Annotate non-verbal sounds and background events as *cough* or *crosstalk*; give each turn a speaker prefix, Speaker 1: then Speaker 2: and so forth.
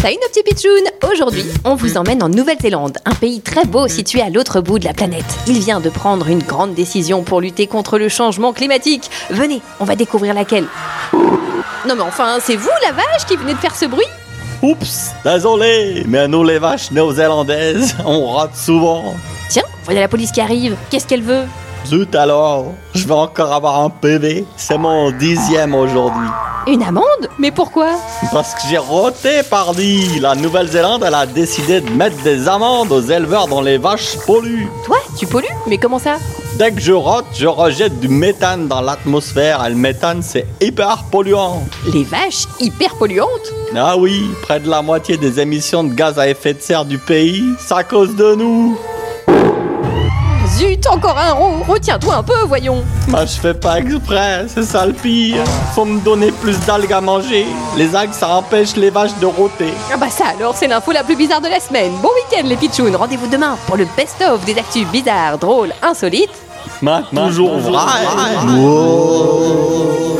Speaker 1: Salut nos petits pitchouns Aujourd'hui, on vous emmène en Nouvelle-Zélande, un pays très beau situé à l'autre bout de la planète. Il vient de prendre une grande décision pour lutter contre le changement climatique. Venez, on va découvrir laquelle. Non mais enfin, c'est vous la vache qui venez de faire ce bruit
Speaker 2: Oups, désolé, mais nous les vaches néo-zélandaises, *laughs* on rate souvent.
Speaker 1: Tiens, voilà la police qui arrive. Qu'est-ce qu'elle veut
Speaker 2: Zut alors, je vais encore avoir un PV, c'est mon dixième aujourd'hui.
Speaker 1: Une amende Mais pourquoi
Speaker 2: Parce que j'ai roté, pardi La Nouvelle-Zélande, elle a décidé de mettre des amendes aux éleveurs dont les vaches polluent.
Speaker 1: Toi, tu pollues Mais comment ça
Speaker 2: Dès que je rote, je rejette du méthane dans l'atmosphère, et le méthane, c'est hyper polluant.
Speaker 1: Les vaches hyper polluantes
Speaker 2: Ah oui, près de la moitié des émissions de gaz à effet de serre du pays, c'est à cause de nous.
Speaker 1: Zut, encore un rond Retiens-toi un peu, voyons
Speaker 2: Bah, je fais pas exprès, c'est ça le pire. Faut me donner plus d'algues à manger. Les algues, ça empêche les vaches de roter.
Speaker 1: Ah bah ça alors, c'est l'info la plus bizarre de la semaine Bon week-end les pitchouns, rendez-vous demain pour le best-of des actus bizarres, drôles, insolites
Speaker 2: Maintenant, toujours vrai.
Speaker 3: Wow.